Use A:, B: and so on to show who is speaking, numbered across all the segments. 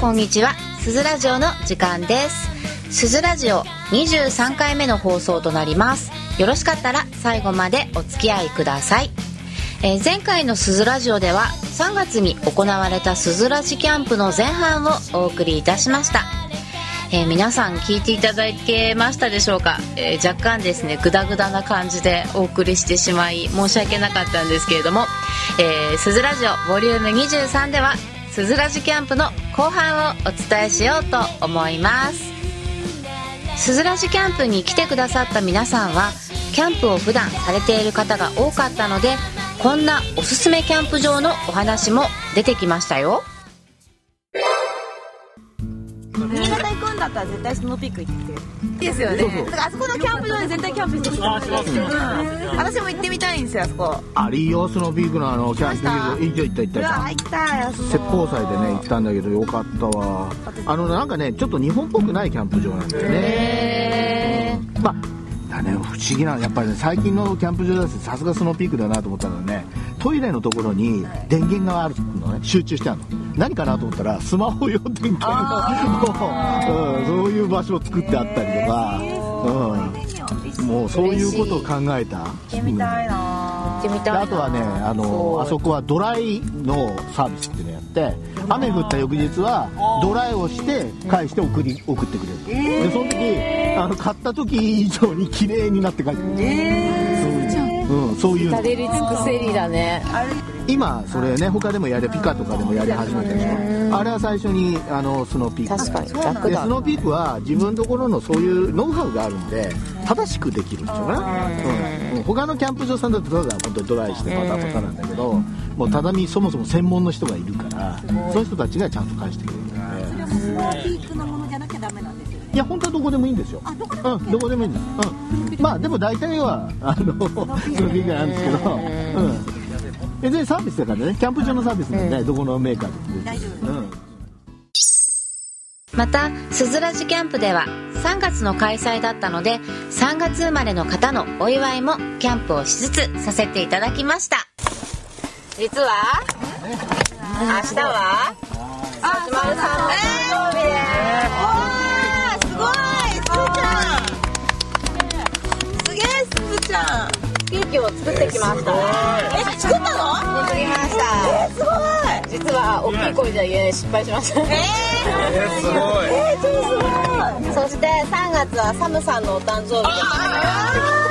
A: こんにちはすずラジオの時間ですすずラジオ23回目の放送となりますよろしかったら最後までお付き合いください、えー前回のすずラジオでは3月に行われたすずらじキャンプの前半をお送りいたしましたえー皆さん聞いていただけましたでしょうか、えー若干ですねグダグダな感じでお送りしてしまい申し訳なかったんですけれども「えーすずラジオボリューム23ではすずらじキャンプの後半をお伝えしようと思いますすずらじキャンプに来てくださった皆さんはキャンプを普段されている方が多かったのでこんなおすすめキャンプ場のお話も出てきましたよ
B: 新潟行くんだったら絶対スノーピーク行って
C: ですよね
B: だからあそこのキャンプ場で絶対キャンプしてき
D: あしますよ
B: た私も行ってみたいんですよあそこうわ
C: あれいいよスノーピークのあのキャンプ場行った行った行った
B: 行きたいあそこ
C: 説法祭でね行ったんだけどよかったわあのなんかねちょっと日本っぽくないキャンプ場なんだよねまあだね不思議なやっぱりね最近のキャンプ場だとさすがスノーピークだなと思ったのはねトイレのところに電源があるのね集中してあるの何かなと思ったらスマホ用電源の、うん、そういう場所を作ってあったりとか、うん、もうそういうことを考えた
B: 行ってみたいな
A: 行ってみ
C: で
A: たいな
C: あとはねあのあそこはドライのサービスっていうのやって雨降った翌日はドライをして返して送り送ってくれる、でその時あの買った時以上に綺麗になって帰ってくる、うん、そういうの
A: たり尽くせりだね
C: 今それね他でもやれピカとかでもやり始めたでしょあれは最初にあのスノーピー
A: 確
C: ク
A: かに
C: で
A: 楽
C: ス
A: だ
C: ノーピークは自分のところのそういうノウハウがあるんで正しくできるんでしょうかな、うんうん他のキャンプ場さんだとただ本当にドライしてパタパタなんだけどもう畳そもそも専門の人がいるからそういう人たちがちゃんと返してくれるんで
B: スノーピークのものじゃなきゃダメなんですよ
C: いや本当はどこでもいいんですよ
B: どこで
C: うんどこでもいいんです、うん、まあでも大体はあの スノーピークなんですけどうん別にサービスだからねキャンプ場のサービスなんでどこのメーカーでも
B: 大丈夫
C: うん
A: またすずらじキャンプでは3月の開催だったので3月生まれの方のお祝いもキャンプをしつつさせていただきました
E: 実は明日は
B: あ
E: 松丸さんの誕生日です
B: ごいすーちゃんすげえすーちゃん
E: すケーキを作ってきました
B: え作ったの
E: 作りました
B: えすごい
E: 実は大きい声じゃ言えない失敗しました
B: え
D: えすごい
B: ー、えー、超すごい
E: そして3月はサムさんのお誕生日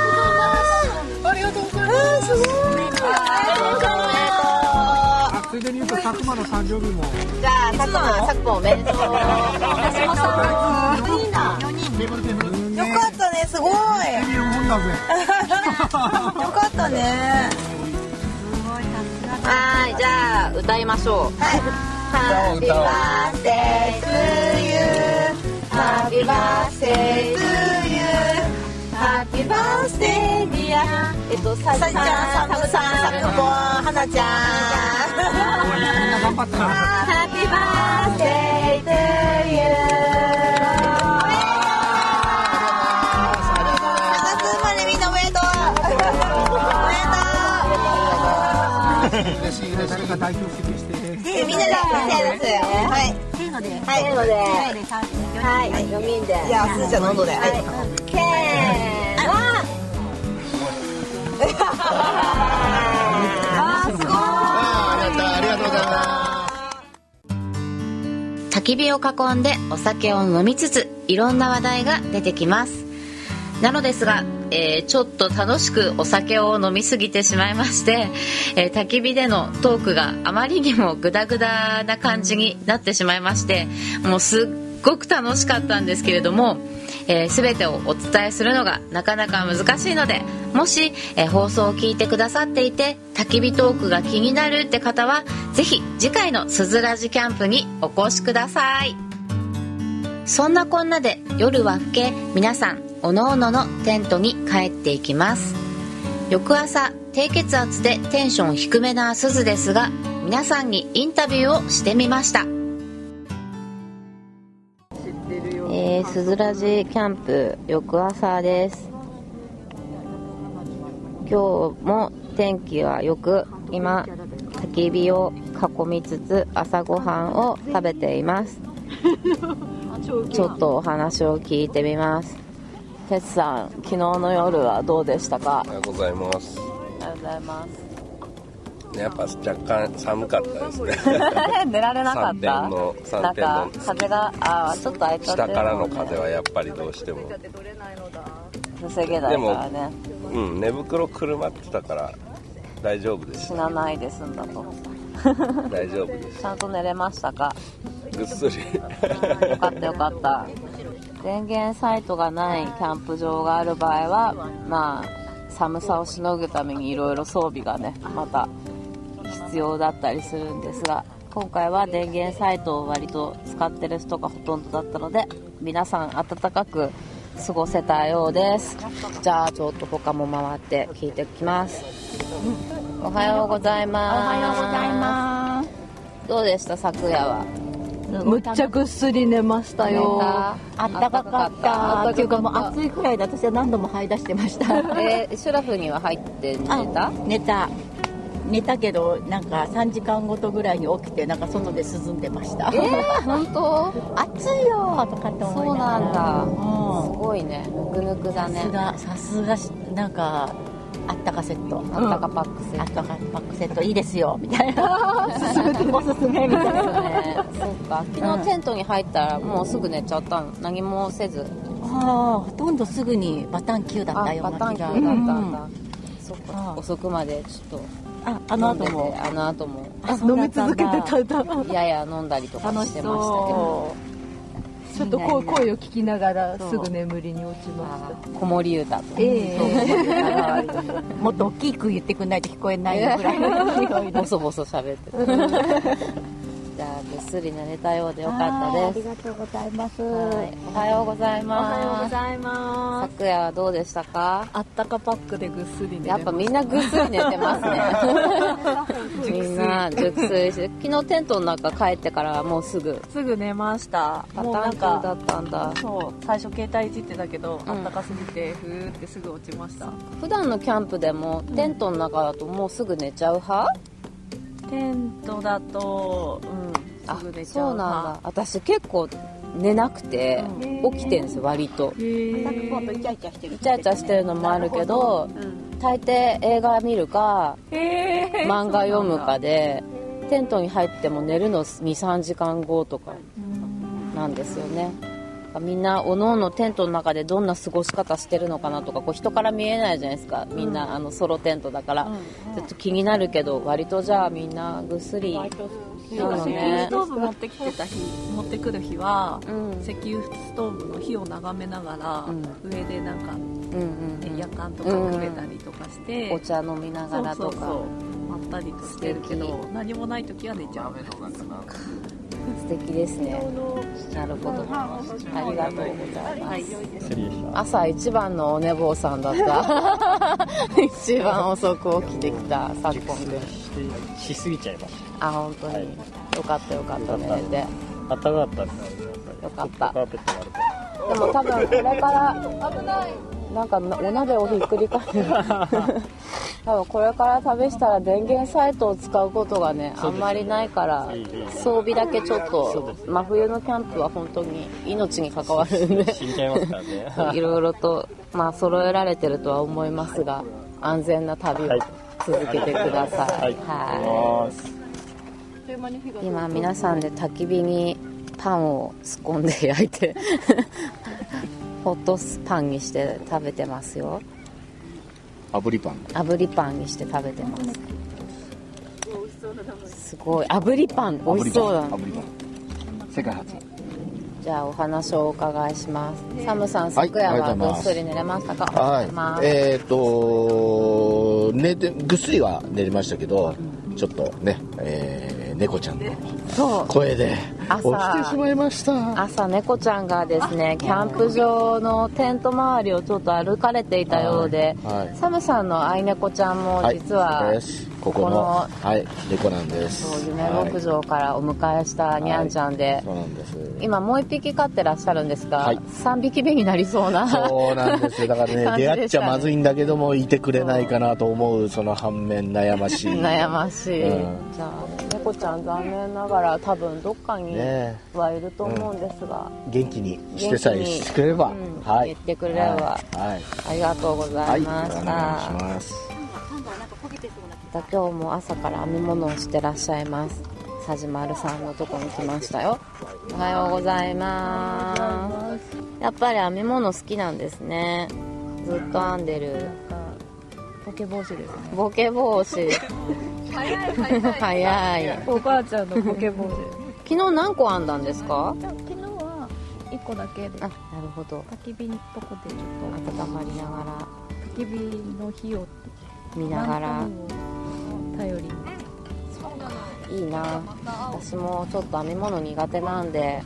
B: ありがとうございます。ありがとうございます。
E: あ
F: ついでに言うと佐久間の誕生日も
E: じゃあ佐久間佐久間おめでとう
B: 私もさ、いいな。よかったね、すごい。
F: いるもんだぜ
B: よかったね。
E: はいじゃあ歌いましょうはい Happy birthday to you Happy birthday to you Happy birthday dear えっとさ
B: さ
E: っ
B: っ
E: ち
B: ちゃ
E: ゃ
B: ん、サ
E: んサ
B: ム
E: ム
B: さ
E: さ
B: ん、サ
E: ん
B: ム
E: サ
B: ポ
E: ム
B: ン、はなちゃん。
F: みんな頑張ったな
E: Happy birthday to you
B: 7月生まれみんなおめでとう。
F: 嬉しい嬉しい誰か代表席して
B: おめでとう。みんなで、みんなで、はい。
E: はいなのではい4人で
B: じゃあ、すーちゃんの音で。はい
E: せーの
C: ありがとうございます。
A: 焚き火を囲んでお酒を飲みつついろんな話題が出てきますなのですが、えーちょっと楽しくお酒を飲みすぎてしまいまして、えー焚き火でのトークがあまりにもグダグダな感じになってしまいましてもうすっごく楽しかったんですけれども、えー全てをお伝えするのがなかなか難しいのでもし、えー放送を聞いてくださっていて焚き火トークが気になるって方はぜひ次回の「すずらじキャンプ」にお越しください。そんなこんなで夜は更け皆さんおのおののテントに帰っていきます翌朝低血圧でテンション低めなすずですが皆さんにインタビューをしてみましたえー、すずらじキャンプ翌朝です今日も天気はよく今焚き火を囲みつつ朝ごはんを食べています
B: ちょっとお話を聞いてみます哲さん昨日の夜はどうでしたか
G: おはようございます
B: ありがとうございます
G: やっぱ若干寒かったですね
B: 寝られなかっ
G: 三
B: た
G: 点の
B: な
G: 三
B: ん
G: 点
B: か
G: の
B: 風があーちょっと開いちゃ
G: 下
B: ってる
G: からの風はやっぱりどうしても
B: 防げないからね
G: うん寝袋くるまってたから大丈夫で
B: 死
G: す
B: なないで済んだと
G: 大丈夫です
B: ちゃんと寝れましたか
G: ぐっすり
B: よかったよかった電源サイトがないキャンプ場がある場合はまあ寒さをしのぐためにいろいろ装備がねまた必要だったりするんですが今回は電源サイトを割と使ってる人がほとんどだったので皆さん暖かく過ごせたようですじゃあちょっと他も回って聞いてきますおはようございますおはようございますどうでした昨夜は
H: むっちゃぐっすり寝ましたよ
B: あったかかった
H: っていうかもう暑いくらいで私は何度も這い出してました
B: えー、シュラフには入って寝た
H: あ寝た寝たけどなんか3時間ごとぐらいに起きてなんか外で涼んでました、
B: えー、本当
H: 暑いよとかって
B: そ
H: 思
B: う
H: いなが
B: なんだ
H: ら
B: す
H: そ
B: ごいねぐぬくだね
H: んださすがさすがしなんかあったかセット
B: あったかパックセ
H: あ
B: ッ
H: っ
B: ト
H: たかパックセットいいですよみたいなおすすめ みたいな
B: ねそうか昨日テントに入ったらもうすぐ寝ちゃったの何もせず
H: ああほとんどすぐにバタン級だ
B: あ
H: ったよう
B: バ
H: な気
B: タンキ
H: が
B: ーだったんだ、そっか
H: うん
B: 遅くまでちょっと
H: うんああの後
B: 飲んで
H: も
B: てあの後も
H: 飲み続けてたんだ
B: やや飲んだりとか
H: 楽
B: し
H: して
B: ましたけ
H: そ
B: ど
H: う
I: ちょっとこう声を聞きながらすぐ眠りに落ちまし
B: あー子守歌とか
H: え えもっと大きく言ってくんないと聞こえないぐらいの勢いで
B: ボソボソ喋ってた じゃあぐっすり寝れたようでよかったです
J: がとうございます。
B: はいおはようございます
E: ざいま
B: 昨夜はどうでしたか
I: たあったかパックでぐっすり寝
B: やっぱみんなぐっすり寝てますねみんな熟睡して昨日テントの中帰ってからはもうすぐ
E: す。すぐ寝ました。
B: パタ
E: もうな
B: ー
E: ん
B: ン級だ
E: か、
B: ったんだ
E: そう、最初携帯いじってたけど、
B: ん
E: あったかすぎて、ふーってすぐ落ちました。
B: 普段のキャンプでもテントの中だともうすぐ寝ちゃう派
E: テントだと、うん、
B: あ
E: すぐ寝ち
B: そ
E: ゃ
B: うな
E: うんな。
B: だ私結構寝なくて起きてるんですよ割と
J: 今度イチャイチャしてる。
B: イチャイチャしてるのもあるけど大抵映画見るか漫画読むかでテントに入っても寝るの23時間後とかなんですよねみんなおのおのテントの中でどんな過ごし方してるのかなとかこう人から見えないじゃないですかみんなあのソロテントだからちょっと気になるけど割とじゃあみんなぐっすりなの
E: 石油
B: ね
E: ストーブ持ってきてた日、持ってくる日は、
B: うん
E: 石油ストーブの火を眺めながら、
B: うん
E: 上でなんか、
B: うんうんうん
E: 夜間とか食べたりとかして、
B: お茶飲みながらと
E: そうそうそ
B: か
E: うまったりとしてるけど何もない時は寝ちゃう
B: 素敵ですねなるほどありがとうございます朝一番のお寝坊さんだった 一番遅く起きてきた昨今で
K: しすぎちゃいまし
B: あ本当に、よかったよかった寝れて
K: た暖かかったんでやっぱり
B: よかった
K: カーペットがあるから
B: でも多分これから危ないなんかお鍋をひっくり返 る多分これから試したら電源サイトを使うことがねあんまりないから装備だけちょっと真冬のキャンプは本当に命に関わるんで
K: 死んじゃいますからね
B: いろいろとまあ揃えられてるとは思いますが安全な旅を続けてくださいはい
K: はい
B: 今皆さんで焚き火にパンをすっ込んで焼いて ホットパンにして食べてますよ
C: 炙りパン
B: 炙りパンにして食べてますすごい炙りパン美味しそうだな
C: 炙りパン世界初
B: じゃあお話をお伺いしますサムさん
C: はい
B: 昨夜
C: あ
B: は
C: りがとうご
B: ぐ
C: ざいま
B: っ
C: す
B: すり寝れましたか
C: はい、
B: え
C: えーっ、と寝てぐっすりは寝れましたけど、ちょっとね、えー猫ちゃんの
B: そう
C: 声で起
B: 朝
C: きてしまいました
B: 朝猫ちゃんがですねキャンプ場のテント周りをちょっと歩かれていたようで、
C: はいはい
B: サムさんの愛猫ちゃんも実は、
C: はいそうですここ
B: こ
C: の
B: の
C: はい猫なんです
B: そう夢牧場からお迎えしたにゃんちゃんで、
C: そうなんです
B: 今もう1匹飼ってらっしゃるんですが、
C: はい
B: 3匹目になりそうな
C: そうなんですよだから ね
B: 感じでし
C: 出
B: たね
C: 会っちゃまずいんだけどもいてくれないかなと思うその反面悩ましい
B: 悩ましい、
C: うん
B: じゃあ猫ちゃん残念ながら多分どっかに
C: ね
B: はいると思うんですが、
C: 元気にしてさえしてくれれ
B: う
C: ば、
B: ん
C: はい
B: 言ってくれれば
C: はい
B: ありがとうござ
C: はいい、
B: ま
C: はい、
B: した、
C: お願いします
B: また今日も朝から編み物をしてらっしゃいます佐治丸さんのとこに来ましたよおはようございますやっぱり編み物好きなんですねずっと編んでる
I: ポケ帽子ですね
B: ボケ帽子早い早い
I: おばあちゃんのポケ帽子
B: 昨日何個編んだんですか
L: 昨日は一個だけで
B: あなるほど
L: 焚き火のとこでちょっ
B: 温まりながら
L: と焚き火の火を
B: 見ながら
L: ランタンを頼りに
B: いいな私もちょっと編み物苦手なんで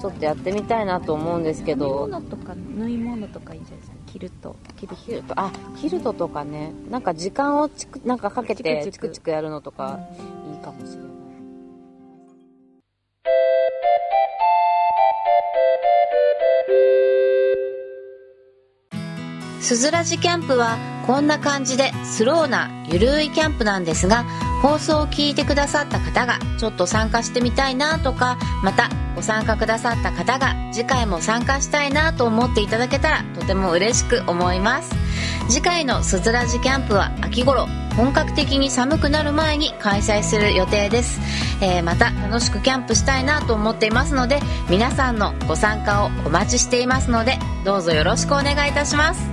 B: ちょっとやってみたいなと思うんですけど
L: 編み物とか縫い物とかいいじゃないですかキルトキル
B: キルトあキルトとかねなんか時間をチクなんかかけてチ
L: チクチク
B: クチクやるのとかいいかもしれないすずらじキャンプはこんな感じでスローなゆるいキャンプなんですが放送を聞いてくださった方がちょっと参加してみたいなとかまたご参加くださった方が次回も参加したいなと思っていただけたらとても嬉しく思います次回のすずらじキャンプは秋頃本格的に寒くなる前に開催する予定です、えーまた楽しくキャンプしたいなと思っていますので皆さんのご参加をお待ちしていますのでどうぞよろしくお願いいたします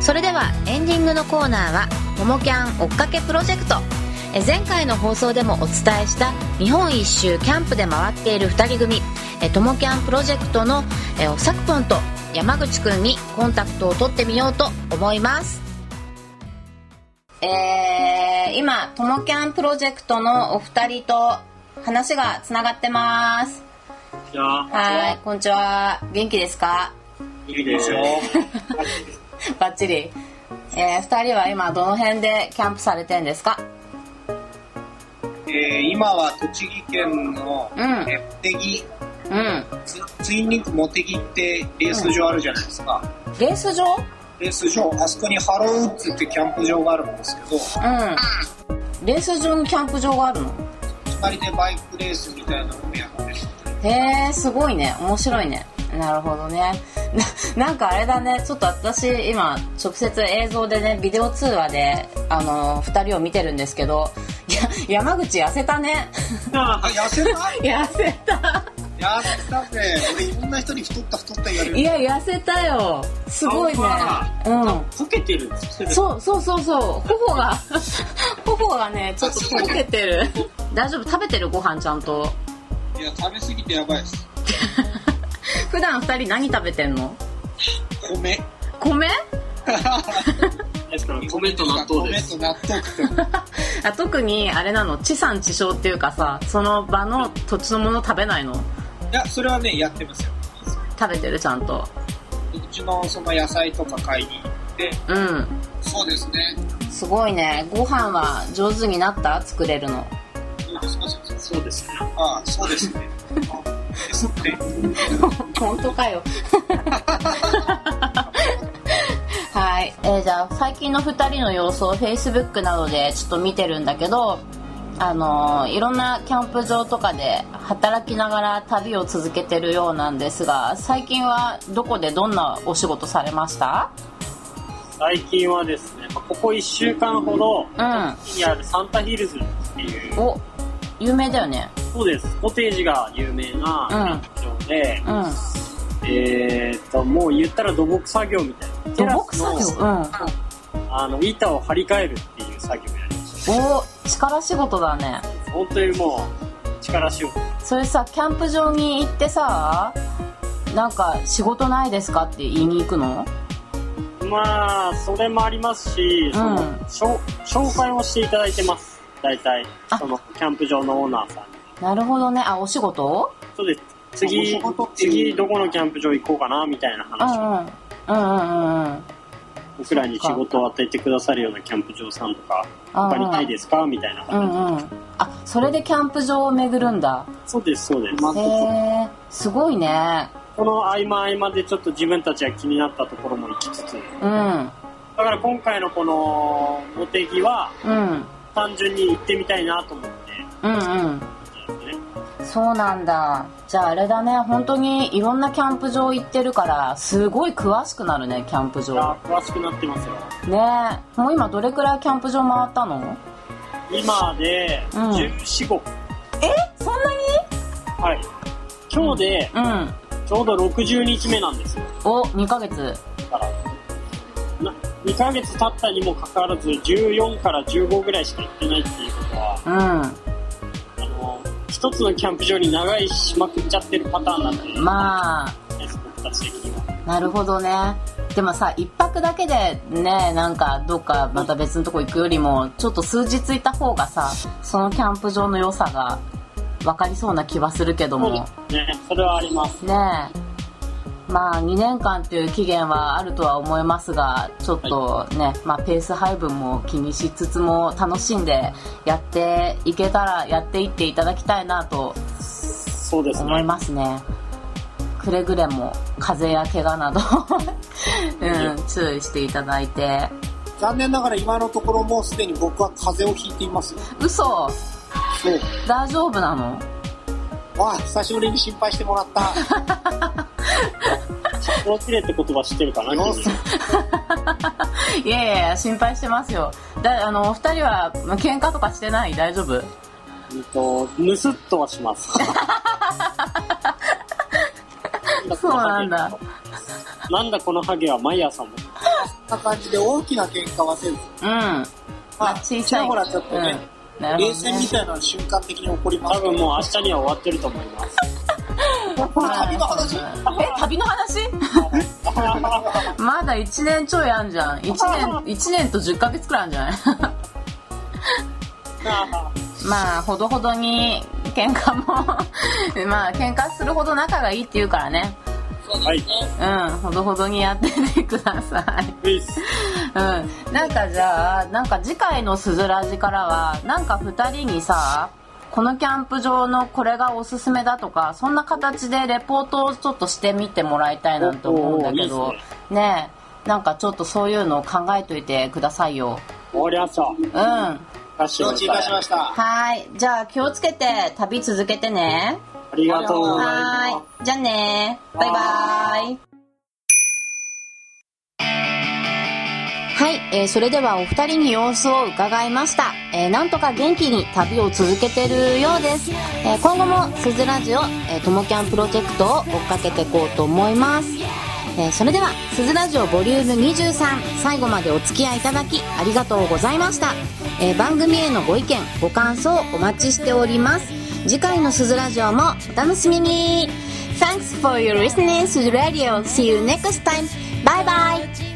B: それではエンディングのコーナーは「ともキャン追っかけプロジェクト」え前回の放送でもお伝えした日本一周キャンプで回っている2人組えともキャンプロジェクトのえおさくぽんと山口くんにコンタクトを取ってみようと思いますえー、今ともキャンプロジェクトのお二人と話がつながってますはいこんにちは元気ですか
M: いいですよ。
B: バッチリ、えー、2人は今どの辺でキャンプされてんですか
M: えー今は栃木県の
B: うん
M: えー茂木、
B: うん
M: ツツインリンク茂木ってレース場あるじゃないですか。
B: レース場
M: レース場、あそこにハローウッズってキャンプ場があるんですけど、
B: うんレース場にキャンプ場があるの
M: 隣でバイクレースみたいなのをやってて、
B: へえすごいね面白いねなるほどね ななんかあれだねちょっと私今直接映像でねビデオ通話であの2人を見てるんですけど や山口痩せたね
M: あ、痩せた
B: 痩せた
M: やったぜ。俺いろんな人に太った太った言われる。
B: いや痩せたよすごいね
M: 顔が
B: うん
M: こけてる。
B: そうそうそうそう頬 が頬がねちょっとこけてる大丈夫食べてるご飯ちゃんと
M: いや、食べ過ぎてやばいです。
B: 普段二人何食べてんの
M: 米。
B: 米
M: 米と納豆です。米と納豆食ってる
B: あ特にあれなの地産地消っていうかさその場の土地のもの食べないの
M: いや、それはね、やってますよ。
B: 食べてるちゃんと
M: うちのその野菜とか買いに行って、
B: うん
M: そうですね。
B: すごいねご飯は上手になった作れるの
M: そうですね。ああ、そうですね。
B: 本当か よはい、えーじゃあ最近の2人の様子を Facebook などでちょっと見てるんだけどあのーいろんなキャンプ場とかで働きながら旅を続けてるようなんですが最近はどこでどんなお仕事されました
N: 最近はですね、まあここ1週間ほど、
B: うん
N: 栃木にあるサンタヒルズっていう、
B: お有名だよね
N: そうです、コテージが有名なキャンプ場で、
B: うん
N: えーっと、もう言ったら土木作業みたいな。土木作業あの、板を張り替えるっていう作業をやりまし
B: お力仕事だね
N: た。本当にもう、力仕事。
B: それさキャンプ場に行ってさなんか仕事ないですかって言いに行くの
N: まあ、それもありますし、そのしょ紹介をしていただいてます。大体、その、キャンプ場のオーナーさんに。
B: なるほどねあお仕事
N: そうです。次、次どこのキャンプ場行こうかな、みたいな話
B: うんうんうんうんうんうん
N: 僕らに仕事を与えてくださるようなキャンプ場さんとか
B: あー
N: 借りたいですかみたいな
B: う
N: 感
B: んうんあそれでキャンプ場を巡るんだ
N: じそうですそうです、
B: へえすごいね
N: この合間合間でちょっと自分たちが気になったところも行きつつ
B: うん
N: だから今回のこの茂木は
B: うん
N: 単純に行ってみたいなと思って
B: うんうんそうなんだじゃああれだね本当にいろんなキャンプ場行ってるからすごい詳しくなるねキャンプ場
N: あ詳しくなってますよ
B: ねえもう今どれくらいキャンプ場回ったの
N: 今で
B: うん
N: 1415、
B: えそんなに
N: はい今日で
B: うん
N: ちょうど60日目なんですよ
B: お2ヶ月
N: な2ヶ月経ったにもかかわらず14から15ぐらいしか行ってないっていうことは
B: う
N: あの一つのキャンプ場に長いしまくっちゃってるパターンなんで
B: んまあ
N: 僕たち的には
B: なるほどねでもさ一泊だけでねなんかどっかまた別のとこ行くよりもちょっと数日いた方がさそのキャンプ場の良さが分かりそうな気はするけども
N: ねそれはあります
B: ねえまあ2年間という期限はあるとは思いますがちょっとね、まあ、ペース配分も気にしつつも楽しんでやっていけたらやっていっていただきたいなと
N: そうです
B: 思いますねくれぐれも風邪や怪我など、うん、注意していただいて
M: 残念ながら今のところもうすでに僕は風邪をひいていますよ
B: 嘘
M: そう
B: 大丈夫なの
M: わあ久しぶりに心配してもらった
N: 心切れって言葉知ってるかな君
B: いやいやいや心配してますよだあのお二人は喧嘩とかしてない大丈夫
N: うんとむすっとはします
B: そうなんだ
N: なんだこのハゲは毎朝も
M: こんな感じで大きな喧嘩はせず
B: うんま
M: あ小
B: さい
M: ほらちょっとね、
B: うんなるほどね
M: 冷戦みたいなの瞬間的に起こります
N: 多分もう明日には終わってると思います
B: 旅の話え旅の 話まだ1年ちょいあんじゃん1年 一年と10ヶ月くらいあんじゃない まあほどほどに喧嘩も まあ喧嘩するほど仲がいいっていうからね
N: はい
B: うんほどほどにやっててくださいうんなんかじゃあなんか次回の「すずらじ」からはなんか2人にさこのキャンプ場のこれがおすすめだとかそんな形でレポートをちょっとしてみてもらいたいなと思うんだけ
N: お
B: ど
N: ーいいっ
B: ねえなんかちょっとそういうのを考えといてくださいよ
N: 終わりました
B: うん
M: 承知いたしました
B: はいじゃあ気をつけて旅続けてね
N: ありがとうございます
B: はいじゃあねバイバイはい、えーそれではお二人に様子を伺いました、えーなんとか元気に旅を続けてるようです、えー今後もすずラジオえーともキャンプロジェクトを追っかけていこうと思います、えーそれでは「すずラジオボリューム23最後までお付き合いいただきありがとうございました、えー番組へのご意見ご感想お待ちしております次回の「すずラジオ」もお楽しみに Thanks for your listening, Suzu Radio. See you next time. Bye bye.